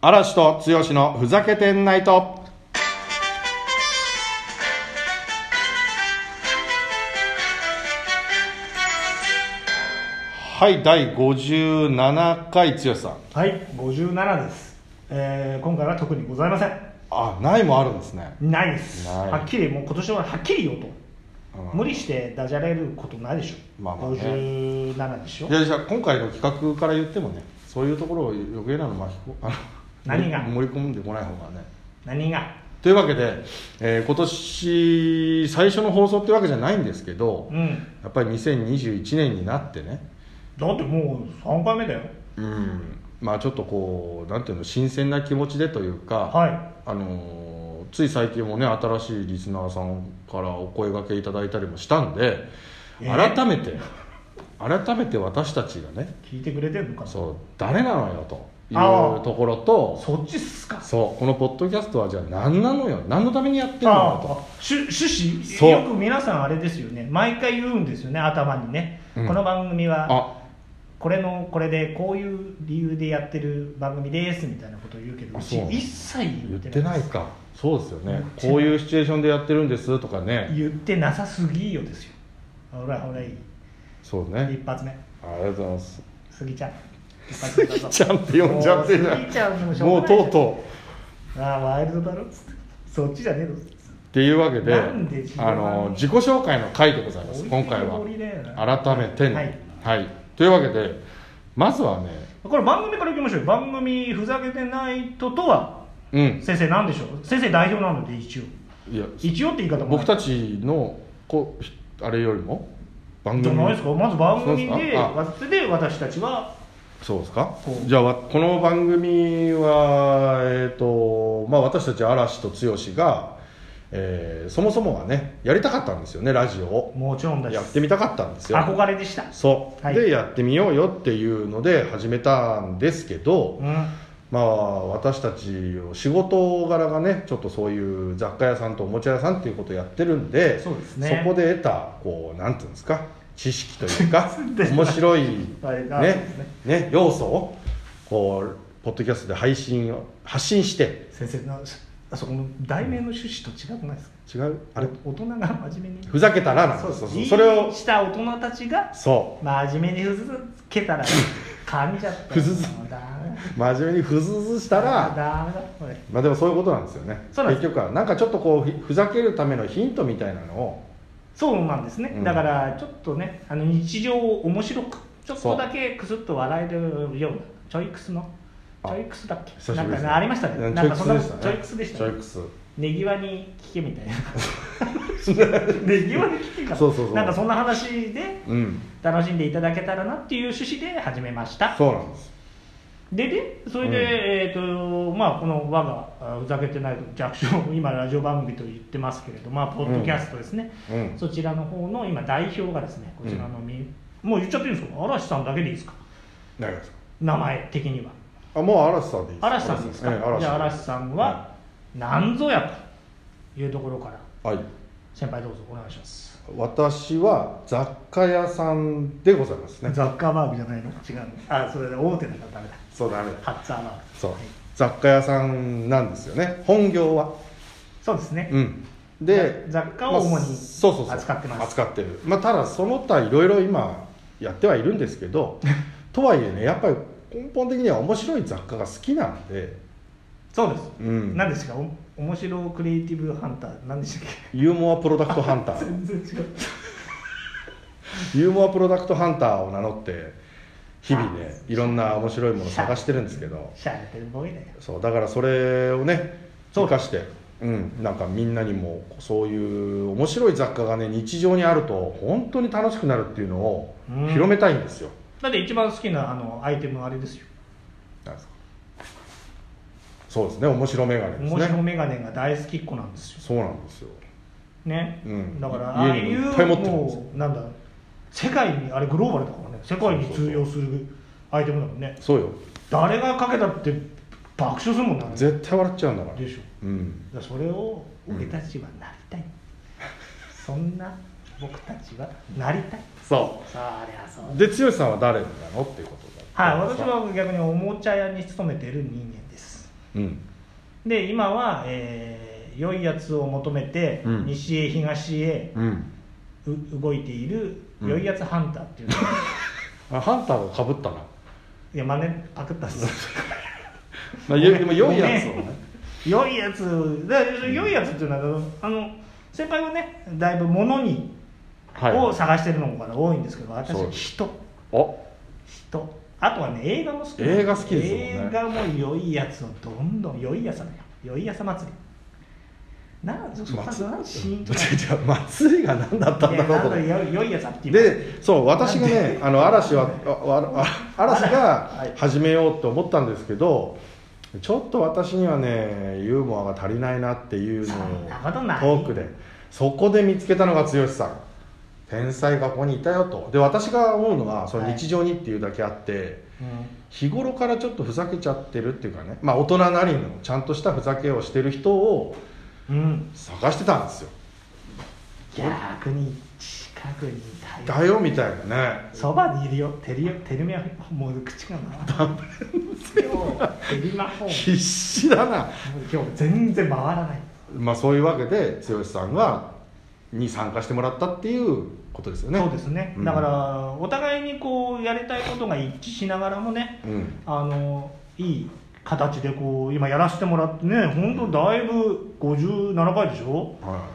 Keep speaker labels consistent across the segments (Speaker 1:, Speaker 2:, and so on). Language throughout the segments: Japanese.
Speaker 1: 嵐と剛のふざけてんないと。はい、第57回剛さん。
Speaker 2: はい57です、えー今回は特にございません
Speaker 1: あ、ないもあるんですね。
Speaker 2: ないです
Speaker 1: ない
Speaker 2: はっきりもう今年ははっきり言おうと、
Speaker 1: うん
Speaker 2: 無理してダジャレることないでしょ、
Speaker 1: まあまあね
Speaker 2: 57でしょ
Speaker 1: いやじゃあ今回の企画から言ってもねそういうところを余計なの巻きこ あの
Speaker 2: 何が
Speaker 1: 盛り込んでこない方がね
Speaker 2: 何が
Speaker 1: というわけで、えー今年最初の放送ってわけじゃないんですけど、
Speaker 2: うん
Speaker 1: やっぱり2021年になってね
Speaker 2: だってもう3回目だよ
Speaker 1: うんまあちょっとこうなんていうの新鮮な気持ちでというか、
Speaker 2: は
Speaker 1: あのーつい最近もね新しいリスナーさんからお声がけいただいたりもしたんで、
Speaker 2: えー
Speaker 1: 改めて改めて私たちがね
Speaker 2: 聞いてくれてるのかな
Speaker 1: そう誰なのよとい
Speaker 2: あ
Speaker 1: う
Speaker 2: あ
Speaker 1: ところと
Speaker 2: そっちっすか
Speaker 1: そうこのポッドキャストはじゃあ何なのよ何のためにやってんの
Speaker 2: あ
Speaker 1: よ
Speaker 2: あし趣
Speaker 1: そう
Speaker 2: 旨よく皆さんあれですよね毎回言うんですよね頭にね、
Speaker 1: うん
Speaker 2: この番組
Speaker 1: と
Speaker 2: は
Speaker 1: あ
Speaker 2: これのこれでこういう理由でやってる番組ですみたいなことを言うけど
Speaker 1: あ
Speaker 2: う
Speaker 1: そ
Speaker 2: ち
Speaker 1: う
Speaker 2: 一切
Speaker 1: 言
Speaker 2: 言
Speaker 1: っ
Speaker 2: って
Speaker 1: て
Speaker 2: な
Speaker 1: ないい
Speaker 2: です
Speaker 1: かそうですよね
Speaker 2: 言ってない
Speaker 1: こういうシチュエーションでやってるんですとかね
Speaker 2: 言ってなさすぎよですよほらほらいい
Speaker 1: そうね
Speaker 2: 一発目
Speaker 1: ありがとうございます
Speaker 2: スギちゃん一発
Speaker 1: ス
Speaker 2: 目だ
Speaker 1: ギ
Speaker 2: ぞ
Speaker 1: ちゃんって呼んじゃってる
Speaker 2: もうスギちゃんもし
Speaker 1: じゃん
Speaker 2: ょ
Speaker 1: も
Speaker 2: う
Speaker 1: う
Speaker 2: がないじゃん
Speaker 1: とうとう
Speaker 2: ああワイルドだろっつってそっちじゃねえぞっつっ
Speaker 1: っ
Speaker 2: て
Speaker 1: ていうわけで
Speaker 2: なんで自分
Speaker 1: あ
Speaker 2: は
Speaker 1: の自己紹介の回でございます今回
Speaker 2: 置いてきぼりだよ
Speaker 1: は
Speaker 2: な
Speaker 1: 改めての
Speaker 2: はい
Speaker 1: はい、というわけでまずはね
Speaker 2: これ番組からいきましょうよ番組ふざけてないととは
Speaker 1: うん
Speaker 2: 先生なんでしょう先生代表なので一応
Speaker 1: いや
Speaker 2: 一応って言い方も
Speaker 1: 僕たち
Speaker 2: ち
Speaker 1: のこうひあれよりも番
Speaker 2: じゃ
Speaker 1: 組
Speaker 2: ないですかまず番組
Speaker 1: そうで
Speaker 2: です
Speaker 1: かあ
Speaker 2: わで私たちは
Speaker 1: そうですか
Speaker 2: こう
Speaker 1: じゃあわこの番組はえっ、とまあ私たち嵐と剛が、えーそもそもはねやりたかったんですよねラジオを
Speaker 2: もちろんだし
Speaker 1: やってみたかったんですよ
Speaker 2: 憧れでした
Speaker 1: そう、
Speaker 2: はい
Speaker 1: でやってみようよっていうので始めたんですけど、
Speaker 2: うん
Speaker 1: まあ私たちを仕事柄がねちょっとそういう雑貨屋さんとおもちゃ屋さんっていうことをやってるんで
Speaker 2: そうですね
Speaker 1: そこで得たこうなんていうんですか知識という か
Speaker 2: で
Speaker 1: 面白い
Speaker 2: あれ
Speaker 1: ね
Speaker 2: がそうですね
Speaker 1: ね要素をこうポッドキャストで配信を発信して
Speaker 2: 先生なあそこの題名の趣旨と違くないですか
Speaker 1: 違うあれ
Speaker 2: お大人が真面目に
Speaker 1: ふざけたらなん
Speaker 2: そう
Speaker 1: です
Speaker 2: そう
Speaker 1: そうそれを
Speaker 2: した大人たちが
Speaker 1: そ
Speaker 2: 真面目にふず けたら噛んじゃった
Speaker 1: ふずず
Speaker 2: もうダメ
Speaker 1: う真面目にふずふずした
Speaker 2: だ
Speaker 1: ら
Speaker 2: ダメだこれ
Speaker 1: まあでもそういうことなんですよね
Speaker 2: そうなんで
Speaker 1: 結
Speaker 2: す
Speaker 1: 局はなんかちょっとこうふふざけるためのヒントみたいなのを
Speaker 2: そうなんですね、
Speaker 1: うん
Speaker 2: だからちょっとねあの日常を面白くちょっとだけクスッと笑えるようなちょいクスの
Speaker 1: あ
Speaker 2: ちょいクスだっけ
Speaker 1: 久し
Speaker 2: な
Speaker 1: ぶり
Speaker 2: ん
Speaker 1: で
Speaker 2: か
Speaker 1: す
Speaker 2: ねありましたね
Speaker 1: うん
Speaker 2: なんかそんな
Speaker 1: ち
Speaker 2: ち
Speaker 1: ょ
Speaker 2: ょ
Speaker 1: い
Speaker 2: い
Speaker 1: ク
Speaker 2: ク
Speaker 1: ス
Speaker 2: ス
Speaker 1: で
Speaker 2: で
Speaker 1: し
Speaker 2: したた
Speaker 1: ね
Speaker 2: ねねぎわに聞けみたいな
Speaker 1: ちょいくす
Speaker 2: ねぎわに聞けか
Speaker 1: そうそうそう
Speaker 2: なんかそんな話で
Speaker 1: うん
Speaker 2: 楽しんでいただけたらなっていう趣旨で始めました
Speaker 1: そうなんです
Speaker 2: でねそれで、
Speaker 1: うん
Speaker 2: えっ、とまあこの我があふざけてない弱小今ラジオ番組と言ってますけれどまあポッドキャストですね、
Speaker 1: うん
Speaker 2: そちらの方の今代表がですねこちらのみ、もう言っちゃっていいんですか嵐さんだけでいいですか
Speaker 1: 何がですか
Speaker 2: 名前的には
Speaker 1: あもう嵐さんでいい
Speaker 2: 嵐さんですか、
Speaker 1: ええ嵐
Speaker 2: じゃあ
Speaker 1: さん
Speaker 2: 嵐さんは何ぞやというところから
Speaker 1: はい
Speaker 2: 先輩どうぞお願いします
Speaker 1: 私は雑貨屋さんでございますね
Speaker 2: ッカーバーグじゃないの違うあそれ大手だからダメだ
Speaker 1: そうダメだ
Speaker 2: ハッツァーバーグ
Speaker 1: そう
Speaker 2: はい
Speaker 1: 雑貨屋さんなんですよね本業は
Speaker 2: そうですね、
Speaker 1: うんで
Speaker 2: 雑貨を主に
Speaker 1: まあそうそうそう
Speaker 2: 扱ってます
Speaker 1: 扱ってる、まあ、ただその他いろいろ今やってはいるんですけ どとはいえねやっぱり根本的には面白い雑貨が好きなんで、
Speaker 2: そうです
Speaker 1: うん、
Speaker 2: 何ですかお面白クリエイティブハンター何でしたっけ
Speaker 1: ユーモアプロダクトハンター
Speaker 2: 全然違う
Speaker 1: ユーモアプロダクトハンターを名乗って日々ねいろんな面白いものを探してるんですけど
Speaker 2: シャレてるボーイだよ
Speaker 1: そうだからそれをね
Speaker 2: そう
Speaker 1: 生かしてうん、なんかみんなにもそういう面白い雑貨がね日常にあると本当に楽しくなるっていうのを
Speaker 2: うん
Speaker 1: 広めたいんですよ、
Speaker 2: だって一番好きなあのアイテムはあれですよ
Speaker 1: なんですかそうですね面白メガネです
Speaker 2: 面白
Speaker 1: ね
Speaker 2: メガネが大好きっ子なんですよ
Speaker 1: そうなんですよ
Speaker 2: ね、
Speaker 1: うん
Speaker 2: だからあ
Speaker 1: 家
Speaker 2: あ
Speaker 1: に
Speaker 2: い
Speaker 1: も
Speaker 2: う
Speaker 1: いっぱい持ってるんですよ
Speaker 2: もうなんだ世界にあれグローバルだからね世界に通用するアイテムだもんね
Speaker 1: そうよ
Speaker 2: 誰がかけたって爆笑するもんなでし
Speaker 1: 絶対笑っちゃうんだから
Speaker 2: ょ
Speaker 1: うん
Speaker 2: だからそれを俺たちはなりたい、そんな僕たちはなりたい
Speaker 1: そ
Speaker 2: そりゃそう
Speaker 1: うで剛さんは誰なのっていうことだ
Speaker 2: はい、私は逆におもちゃ屋に勤めてる人間です。
Speaker 1: うん
Speaker 2: で今は、えー良いやつを求めて、
Speaker 1: うん
Speaker 2: 西へ東へ
Speaker 1: うん
Speaker 2: う動いている
Speaker 1: うん
Speaker 2: 良いやつハンター っていうのが、
Speaker 1: あハンターがかぶったな、
Speaker 2: いや真似パクったっ す
Speaker 1: まあ、よでも良いやつを
Speaker 2: ごめ
Speaker 1: ね
Speaker 2: ん良いやつだから良いやつっていうのはあの先輩はねだいぶ物に、
Speaker 1: はい
Speaker 2: を探してるのが多いんですけど私
Speaker 1: そう
Speaker 2: 人
Speaker 1: お
Speaker 2: 人あとはね映画も好きなん
Speaker 1: 映画好きですもんね
Speaker 2: 映画も良いやつをどんどん良いやさだよ良いやさ祭りなんそそ
Speaker 1: 松
Speaker 2: なんシーンとか
Speaker 1: じゃあ祭りが何だったんだろう と思って
Speaker 2: いやなんだよ良いやさっていう
Speaker 1: でそう私がねあの嵐はあああ嵐
Speaker 2: はい
Speaker 1: が始めようと思ったんですけどちょっと私にはねユーモアが足りないなっていうのを
Speaker 2: そんなことない
Speaker 1: トークでそこで見つけたのが剛さん天才がここにいたよとで私が思うのはその日常にっていうだけあって、
Speaker 2: うん
Speaker 1: 日頃からちょっとふざけちゃってるっていうかね、まあ、大人なりのちゃんとしたふざけをしてる人を
Speaker 2: うん、
Speaker 1: 探してたんですよ
Speaker 2: 逆に近くにいたよ
Speaker 1: だよみたいなね
Speaker 2: そばにいるよてるよてるみはもう口がな今日てりまほう
Speaker 1: 必死だな
Speaker 2: 今日全然回らない
Speaker 1: まあ、そういうわけで剛さんはに参加してもらったっていうことですよね
Speaker 2: そうですね、
Speaker 1: うん
Speaker 2: だからお互いにこうやりたいことが一致しながらもね
Speaker 1: うん、
Speaker 2: あのいい形でこう今やらせてもらってね本当だいぶ57回でしょ
Speaker 1: は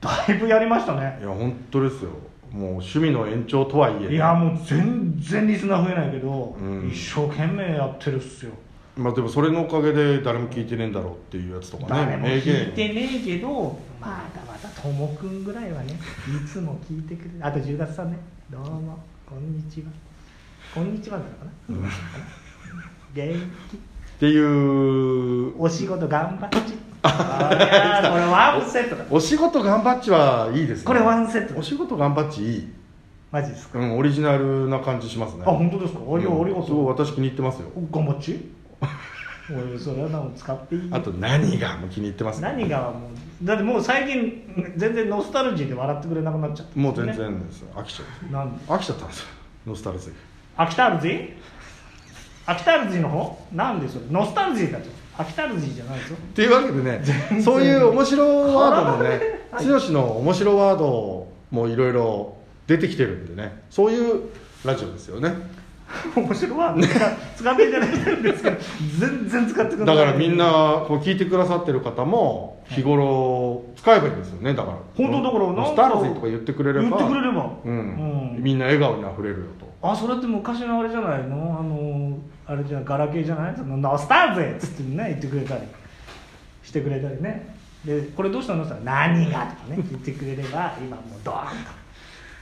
Speaker 2: だいぶやりましたね
Speaker 1: い、いや本当ですよもう趣味の延長とはいえね
Speaker 2: いやもう全然リスナー増えないけど、
Speaker 1: うん
Speaker 2: 一生懸命やってるっすよ
Speaker 1: まあ、でもそれのおかげで誰も聞いてねえんだろうっていうやつとか
Speaker 2: 誰
Speaker 1: ね
Speaker 2: も
Speaker 1: 名言
Speaker 2: 聞いてねえけどまだまだともくんぐらいはねいつも聞いてくれるあと10月さんねどうもこんにちはこんにちはなのかな元気
Speaker 1: っていう
Speaker 2: お仕事頑張っ ちいやーこれワンセットだ
Speaker 1: お仕事頑張っちはいいですね
Speaker 2: これワンセット
Speaker 1: お仕事頑張っちいい、
Speaker 2: マジですか、
Speaker 1: うん、オリジナルな感じしますね
Speaker 2: あ本当ですかあいや
Speaker 1: うん
Speaker 2: ありが
Speaker 1: すごい
Speaker 2: と
Speaker 1: 私気に入ってますよ
Speaker 2: う頑張っちおいそれはな使っていいよ
Speaker 1: あと何がも気に入ってますね
Speaker 2: 何がもうだってもう最近全然ノスタルジーで笑ってくれなくなっちゃったん
Speaker 1: もう
Speaker 2: ですよ
Speaker 1: 全
Speaker 2: ね
Speaker 1: 然ですよ飽きちゃう
Speaker 2: なんで
Speaker 1: 飽きちゃったんですよノスタルジー
Speaker 2: アキタルジーアキタルジーの方なんでそれノスタルジーだとアキタルジーじゃないですよ
Speaker 1: っていうわけでねそういう面白ワードもね
Speaker 2: はい
Speaker 1: 剛の面白ワードもいろいろ出てきてるんでねそういうラジオですよね
Speaker 2: 面白いわ 使っていただいてるんですけど全然使ってく
Speaker 1: だ
Speaker 2: れない
Speaker 1: からみんなこう聞いてくださってる方も日頃使えばいいんですよねだから
Speaker 2: 本当だからなんか
Speaker 1: ノスタルジーとか言ってくれれば
Speaker 2: 言ってくれれば
Speaker 1: うん
Speaker 2: うん
Speaker 1: みんな笑顔にあふれるよと
Speaker 2: あそれって昔のあれじゃないのあのあれじゃガラケーじゃないその「ノスターぜ!」っつってね言ってくれたりしてくれたりねでこれどうしたのって言ったら「何が?」とかね言ってくれれば今もうドーンと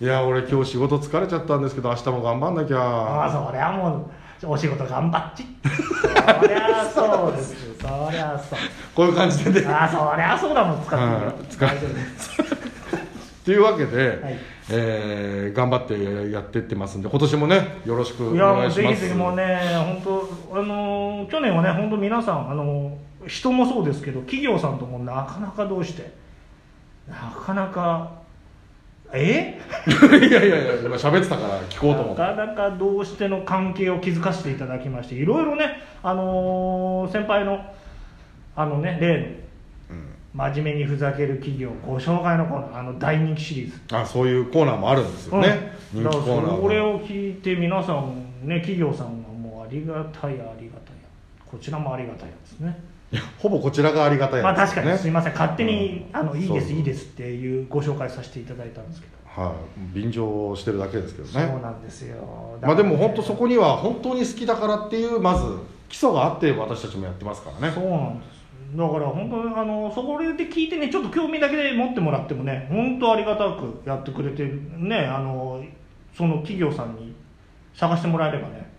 Speaker 1: いや俺今日仕事疲れちゃったんですけど明日も頑張んなき
Speaker 2: 「あ
Speaker 1: ゃ
Speaker 2: あそりゃもうお仕事頑張っち」そりゃそうですよそりゃそう
Speaker 1: こういう感じでね
Speaker 2: ああそりゃそうだもん使って
Speaker 1: はい
Speaker 2: る
Speaker 1: 使って
Speaker 2: 大丈夫です
Speaker 1: っていうわけで、
Speaker 2: はい
Speaker 1: えー頑張ってやってってますんで今年もねよろしくお
Speaker 2: いやも
Speaker 1: 願
Speaker 2: う
Speaker 1: いし
Speaker 2: ぜ
Speaker 1: ま
Speaker 2: ひ
Speaker 1: す
Speaker 2: ぜひもうね本当あのー去年はね本当皆さんあのー人もそうですけど企業さんともなかなかどうしてなかなかえ
Speaker 1: いやいやいや今喋ってたから聞こうと思
Speaker 2: な
Speaker 1: って
Speaker 2: かなかどうしての関係を築かせていただきましていろいろねあのー先輩のあのね例の真面目にふざける企業ご紹介のコーナーあの大人気シリーズ
Speaker 1: あそういうコーナーもあるんですよね、
Speaker 2: うん、
Speaker 1: 人気
Speaker 2: だか
Speaker 1: コ
Speaker 2: ら
Speaker 1: ーナー
Speaker 2: それ
Speaker 1: も
Speaker 2: を聞いて皆さんね企業さんはもうありがたいありがたいこちらもありがたいですね
Speaker 1: いやほぼこちらがありがたい
Speaker 2: まあ
Speaker 1: やつ
Speaker 2: 確かにすいません勝手に、
Speaker 1: うん
Speaker 2: あのいいで
Speaker 1: そう
Speaker 2: す
Speaker 1: そう
Speaker 2: いいですっていうご紹介させていただいたんですけど、
Speaker 1: はい、便乗してるだけですけど
Speaker 2: そう
Speaker 1: ね
Speaker 2: なんですよだ
Speaker 1: ま
Speaker 2: か
Speaker 1: あで
Speaker 2: らね
Speaker 1: も本当そこには本当に好きだからっていうまず基礎があって私たちもやってますからね
Speaker 2: そうなんですだから本当にあのそこで聞いてねちょっと興味だけで持ってもらってもね本当ありがたくやってくれてねあのその企業さんに探してもらえればね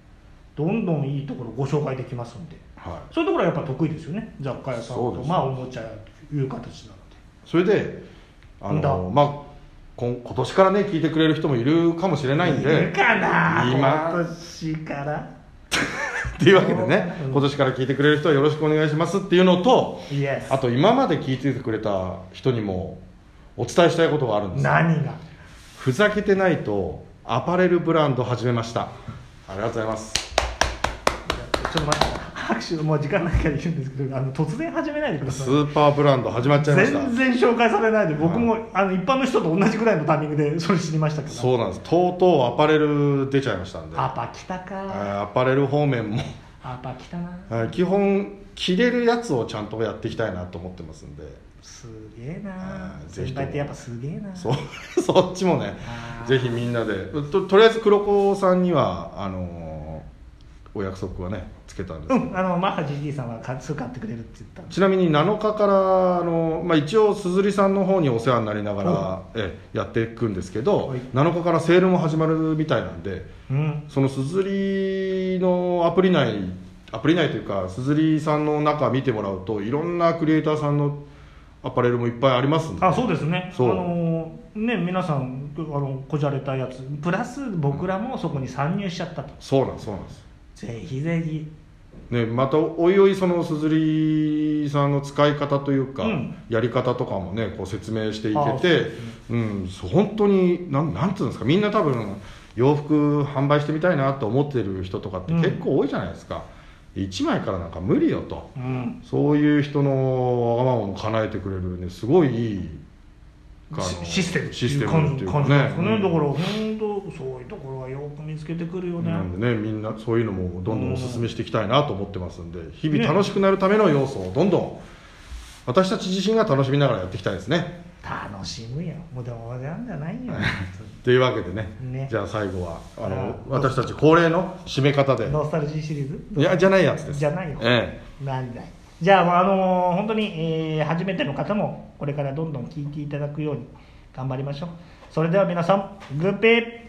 Speaker 2: どんどんいいところご紹介できますんで
Speaker 1: はい
Speaker 2: そういうところはやっぱ得意ですよね雑貨屋さん
Speaker 1: そう
Speaker 2: と
Speaker 1: です
Speaker 2: まあおもちゃ屋という形なので
Speaker 1: それであ
Speaker 2: なんだ
Speaker 1: の、まあ、こん今年からね聞いてくれる人もいるかもしれないん
Speaker 2: いる
Speaker 1: で
Speaker 2: かな
Speaker 1: 今
Speaker 2: 今年から
Speaker 1: っていうわけでね
Speaker 2: うん
Speaker 1: 今年から聞いてくれる人はよろしくお願いしますっていうのと
Speaker 2: イエス
Speaker 1: あと今まで聞いててくれた人にもお伝えしたいことがあるんです
Speaker 2: 何が
Speaker 1: ふざけてないとアパレルブランド始めましたありがとうございます
Speaker 2: ちょっと待って拍手もう時間ないから言うんですけどあの突然始めないでくださ
Speaker 1: ス
Speaker 2: い
Speaker 1: ーパーブランド始まっちゃいました
Speaker 2: 全然紹介されないで僕も、
Speaker 1: は
Speaker 2: あの一般の人と同じぐらいのタイミングでそれ知りましたから
Speaker 1: そうなんですとうとうアパレル出ちゃいましたんで
Speaker 2: アパ来たか
Speaker 1: あーアパレル方面も
Speaker 2: アパ来たな
Speaker 1: はい基本着れるやつをちゃんとやっていきたいなと思ってますんです
Speaker 2: げえな
Speaker 1: あーぜひと
Speaker 2: 先
Speaker 1: も
Speaker 2: 輩ってやっぱすげえな
Speaker 1: そう そっちもね
Speaker 2: あー
Speaker 1: ぜひみんなでととりあえず黒子さんにはあのーお約束はねつけたんですけ
Speaker 2: う
Speaker 1: ど、
Speaker 2: んあのマッハ GG さんは買すぐ買ってくれるって言ったんで
Speaker 1: ちなみに7日からあの、まあ、一応鈴木さんの方にお世話になりながら
Speaker 2: は、
Speaker 1: ええやっていくんですけど、
Speaker 2: はい
Speaker 1: 7日からセールも始まるみたいなんで
Speaker 2: うん
Speaker 1: その鈴木のアプリ内アプリ内というか鈴木さんの中見てもらうといろんなクリエイターさんのアパレルもいっぱいありますんで
Speaker 2: あそうですね
Speaker 1: そう
Speaker 2: あのーね皆さんあのこじゃれたやつプラス僕らもそこに参入しちゃったと、
Speaker 1: そうなんですそうなんです
Speaker 2: ぜひぜひ
Speaker 1: ね、またおいおいその鈴木さんの使い方というか、
Speaker 2: うん
Speaker 1: やり方とかもねこう説明してい
Speaker 2: ああ
Speaker 1: け
Speaker 2: そう
Speaker 1: て
Speaker 2: ですね
Speaker 1: うん、そう本当になんなんていうんですかみんな多分洋服販売してみたいなと思ってる人とかって
Speaker 2: うん
Speaker 1: 結構多いじゃないですか、1枚からなんか無理よと
Speaker 2: うん
Speaker 1: そういう人のわがままも叶えてくれるねすごいいいあの
Speaker 2: シシステム
Speaker 1: システムっていうか
Speaker 2: 感じなんですかね、
Speaker 1: うん
Speaker 2: だから本当そういうところはよく見つけてくるよね、
Speaker 1: なんでねみんなそういうのもどんどんお勧めしていきたいなと思ってますんで日々楽しくなるための要素をどんどん私たち自身が楽しみながらやっていきたいですね
Speaker 2: 楽しむよもうでもなんじゃないよ
Speaker 1: というわけでね
Speaker 2: ね
Speaker 1: じゃあ最後はあ
Speaker 2: あ
Speaker 1: の
Speaker 2: あ
Speaker 1: 私たち恒例の締め方で
Speaker 2: ノスタルジーシリーズ
Speaker 1: いやじゃないやつです
Speaker 2: じゃないよ
Speaker 1: え
Speaker 2: なんだいじゃあ、まああのー本当に、えー初めての方もこれからどんどん聞いていただくように頑張りましょうそれでは皆さんグッピー